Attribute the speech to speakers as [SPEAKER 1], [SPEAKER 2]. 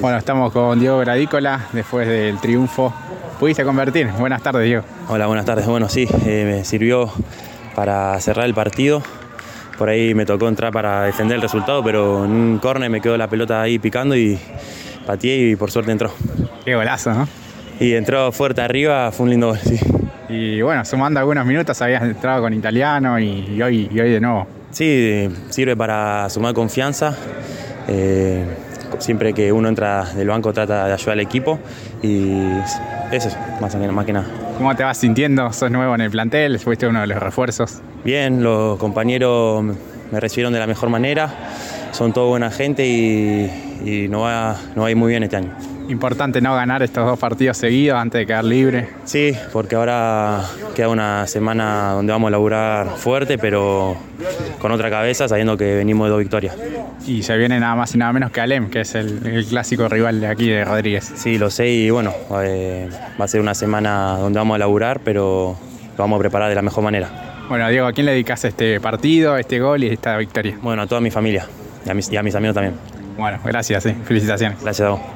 [SPEAKER 1] Bueno, estamos con Diego Gradícola después del triunfo. Pudiste convertir. Buenas tardes, Diego.
[SPEAKER 2] Hola, buenas tardes. Bueno, sí, eh, me sirvió para cerrar el partido. Por ahí me tocó entrar para defender el resultado, pero en un córner me quedó la pelota ahí picando y pateé y por suerte entró.
[SPEAKER 1] Qué golazo, ¿no?
[SPEAKER 2] Y entró fuerte arriba, fue un lindo gol, sí.
[SPEAKER 1] Y bueno, sumando algunos minutos habías entrado con italiano y, y hoy, y hoy de nuevo.
[SPEAKER 2] Sí, sirve para sumar confianza. Eh, siempre que uno entra del banco trata de ayudar al equipo y eso es más, o menos, más que nada.
[SPEAKER 1] ¿Cómo te vas sintiendo? ¿Sos nuevo en el plantel? ¿Fuiste uno de los refuerzos?
[SPEAKER 2] Bien, los compañeros me recibieron de la mejor manera, son toda buena gente y, y nos va, nos va a ir muy bien este año.
[SPEAKER 1] Importante no ganar estos dos partidos seguidos antes de quedar libre.
[SPEAKER 2] Sí, porque ahora queda una semana donde vamos a laburar fuerte, pero con otra cabeza, sabiendo que venimos de dos victorias.
[SPEAKER 1] Y se viene nada más y nada menos que Alem, que es el, el clásico rival de aquí de Rodríguez.
[SPEAKER 2] Sí, lo sé y bueno, eh, va a ser una semana donde vamos a laburar, pero lo vamos a preparar de la mejor manera.
[SPEAKER 1] Bueno, Diego, ¿a quién le dedicas este partido, este gol y esta victoria?
[SPEAKER 2] Bueno, a toda mi familia y a mis, y a mis amigos también.
[SPEAKER 1] Bueno, gracias, eh. felicitaciones.
[SPEAKER 2] Gracias a vos.